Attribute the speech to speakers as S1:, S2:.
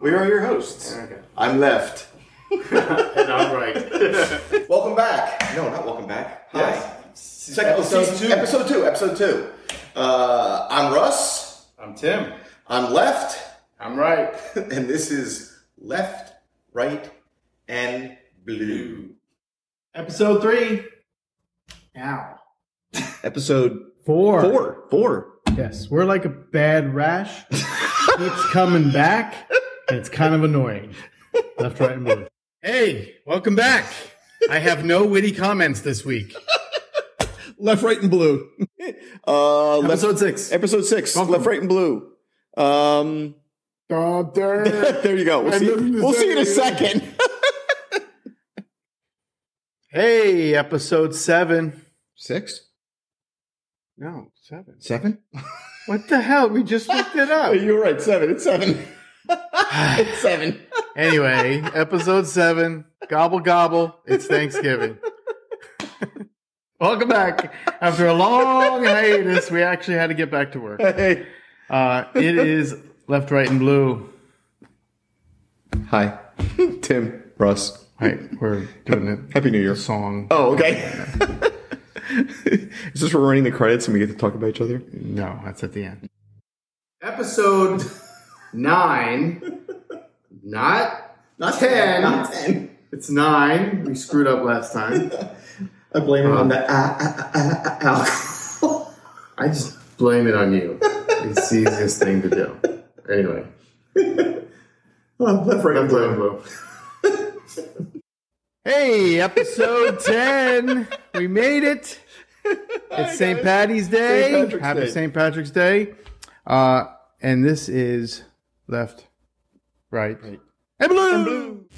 S1: We are your hosts.
S2: Okay.
S1: I'm left.
S2: And I'm right.
S1: Welcome back.
S3: No, not welcome back. Hi.
S1: Yes. Second
S3: Episode
S1: season-
S3: two.
S1: Episode two. Episode two. Uh, I'm Russ.
S2: I'm Tim.
S1: I'm left,
S2: I'm right.
S1: and this is left, right, and blue.
S2: Episode three.
S4: Ow.
S3: Episode
S4: Four.
S3: four. Four.
S4: Yes, we're like a bad rash. Keeps coming back, and it's kind of annoying. Left, right, and blue. Hey, welcome back. I have no witty comments this week.
S3: Left, right, and blue. uh, left,
S4: Episode six.
S3: episode six. Left, right, and blue. Um, there you go. We'll see, we'll see you in a second.
S4: Hey, episode seven.
S3: Six?
S4: No, seven.
S3: Seven?
S4: What the hell? We just looked it
S3: Oh,
S4: up.
S3: you're right. Seven. It's seven. it's seven.
S4: Anyway, episode seven. Gobble gobble. It's Thanksgiving. welcome back. After a long hiatus, we actually had to get back to work.
S3: Hey.
S4: Uh, it is left, right, and blue.
S3: Hi. Tim. Russ.
S4: All right, we're doing it.
S3: Happy New Year.
S4: Song.
S3: Oh, okay. Is this where we're running the credits and we get to talk about each other?
S4: No, that's at the end.
S2: Episode nine. Not
S1: Not
S2: Ten.
S1: Not ten.
S2: it's nine. We screwed up last time.
S1: I blame it on that ah, ah, ah, ah, alcohol.
S2: I just blame it on you. It's the easiest thing to do. Anyway.
S1: Oh, left, right, and
S2: Left, right,
S1: blue.
S2: and blue.
S4: Hey, episode 10. We made it. It's St. Patty's Day.
S3: St. Patrick's
S4: Happy
S3: Day.
S4: St. Patrick's Day. Uh, and this is left, right, and blue.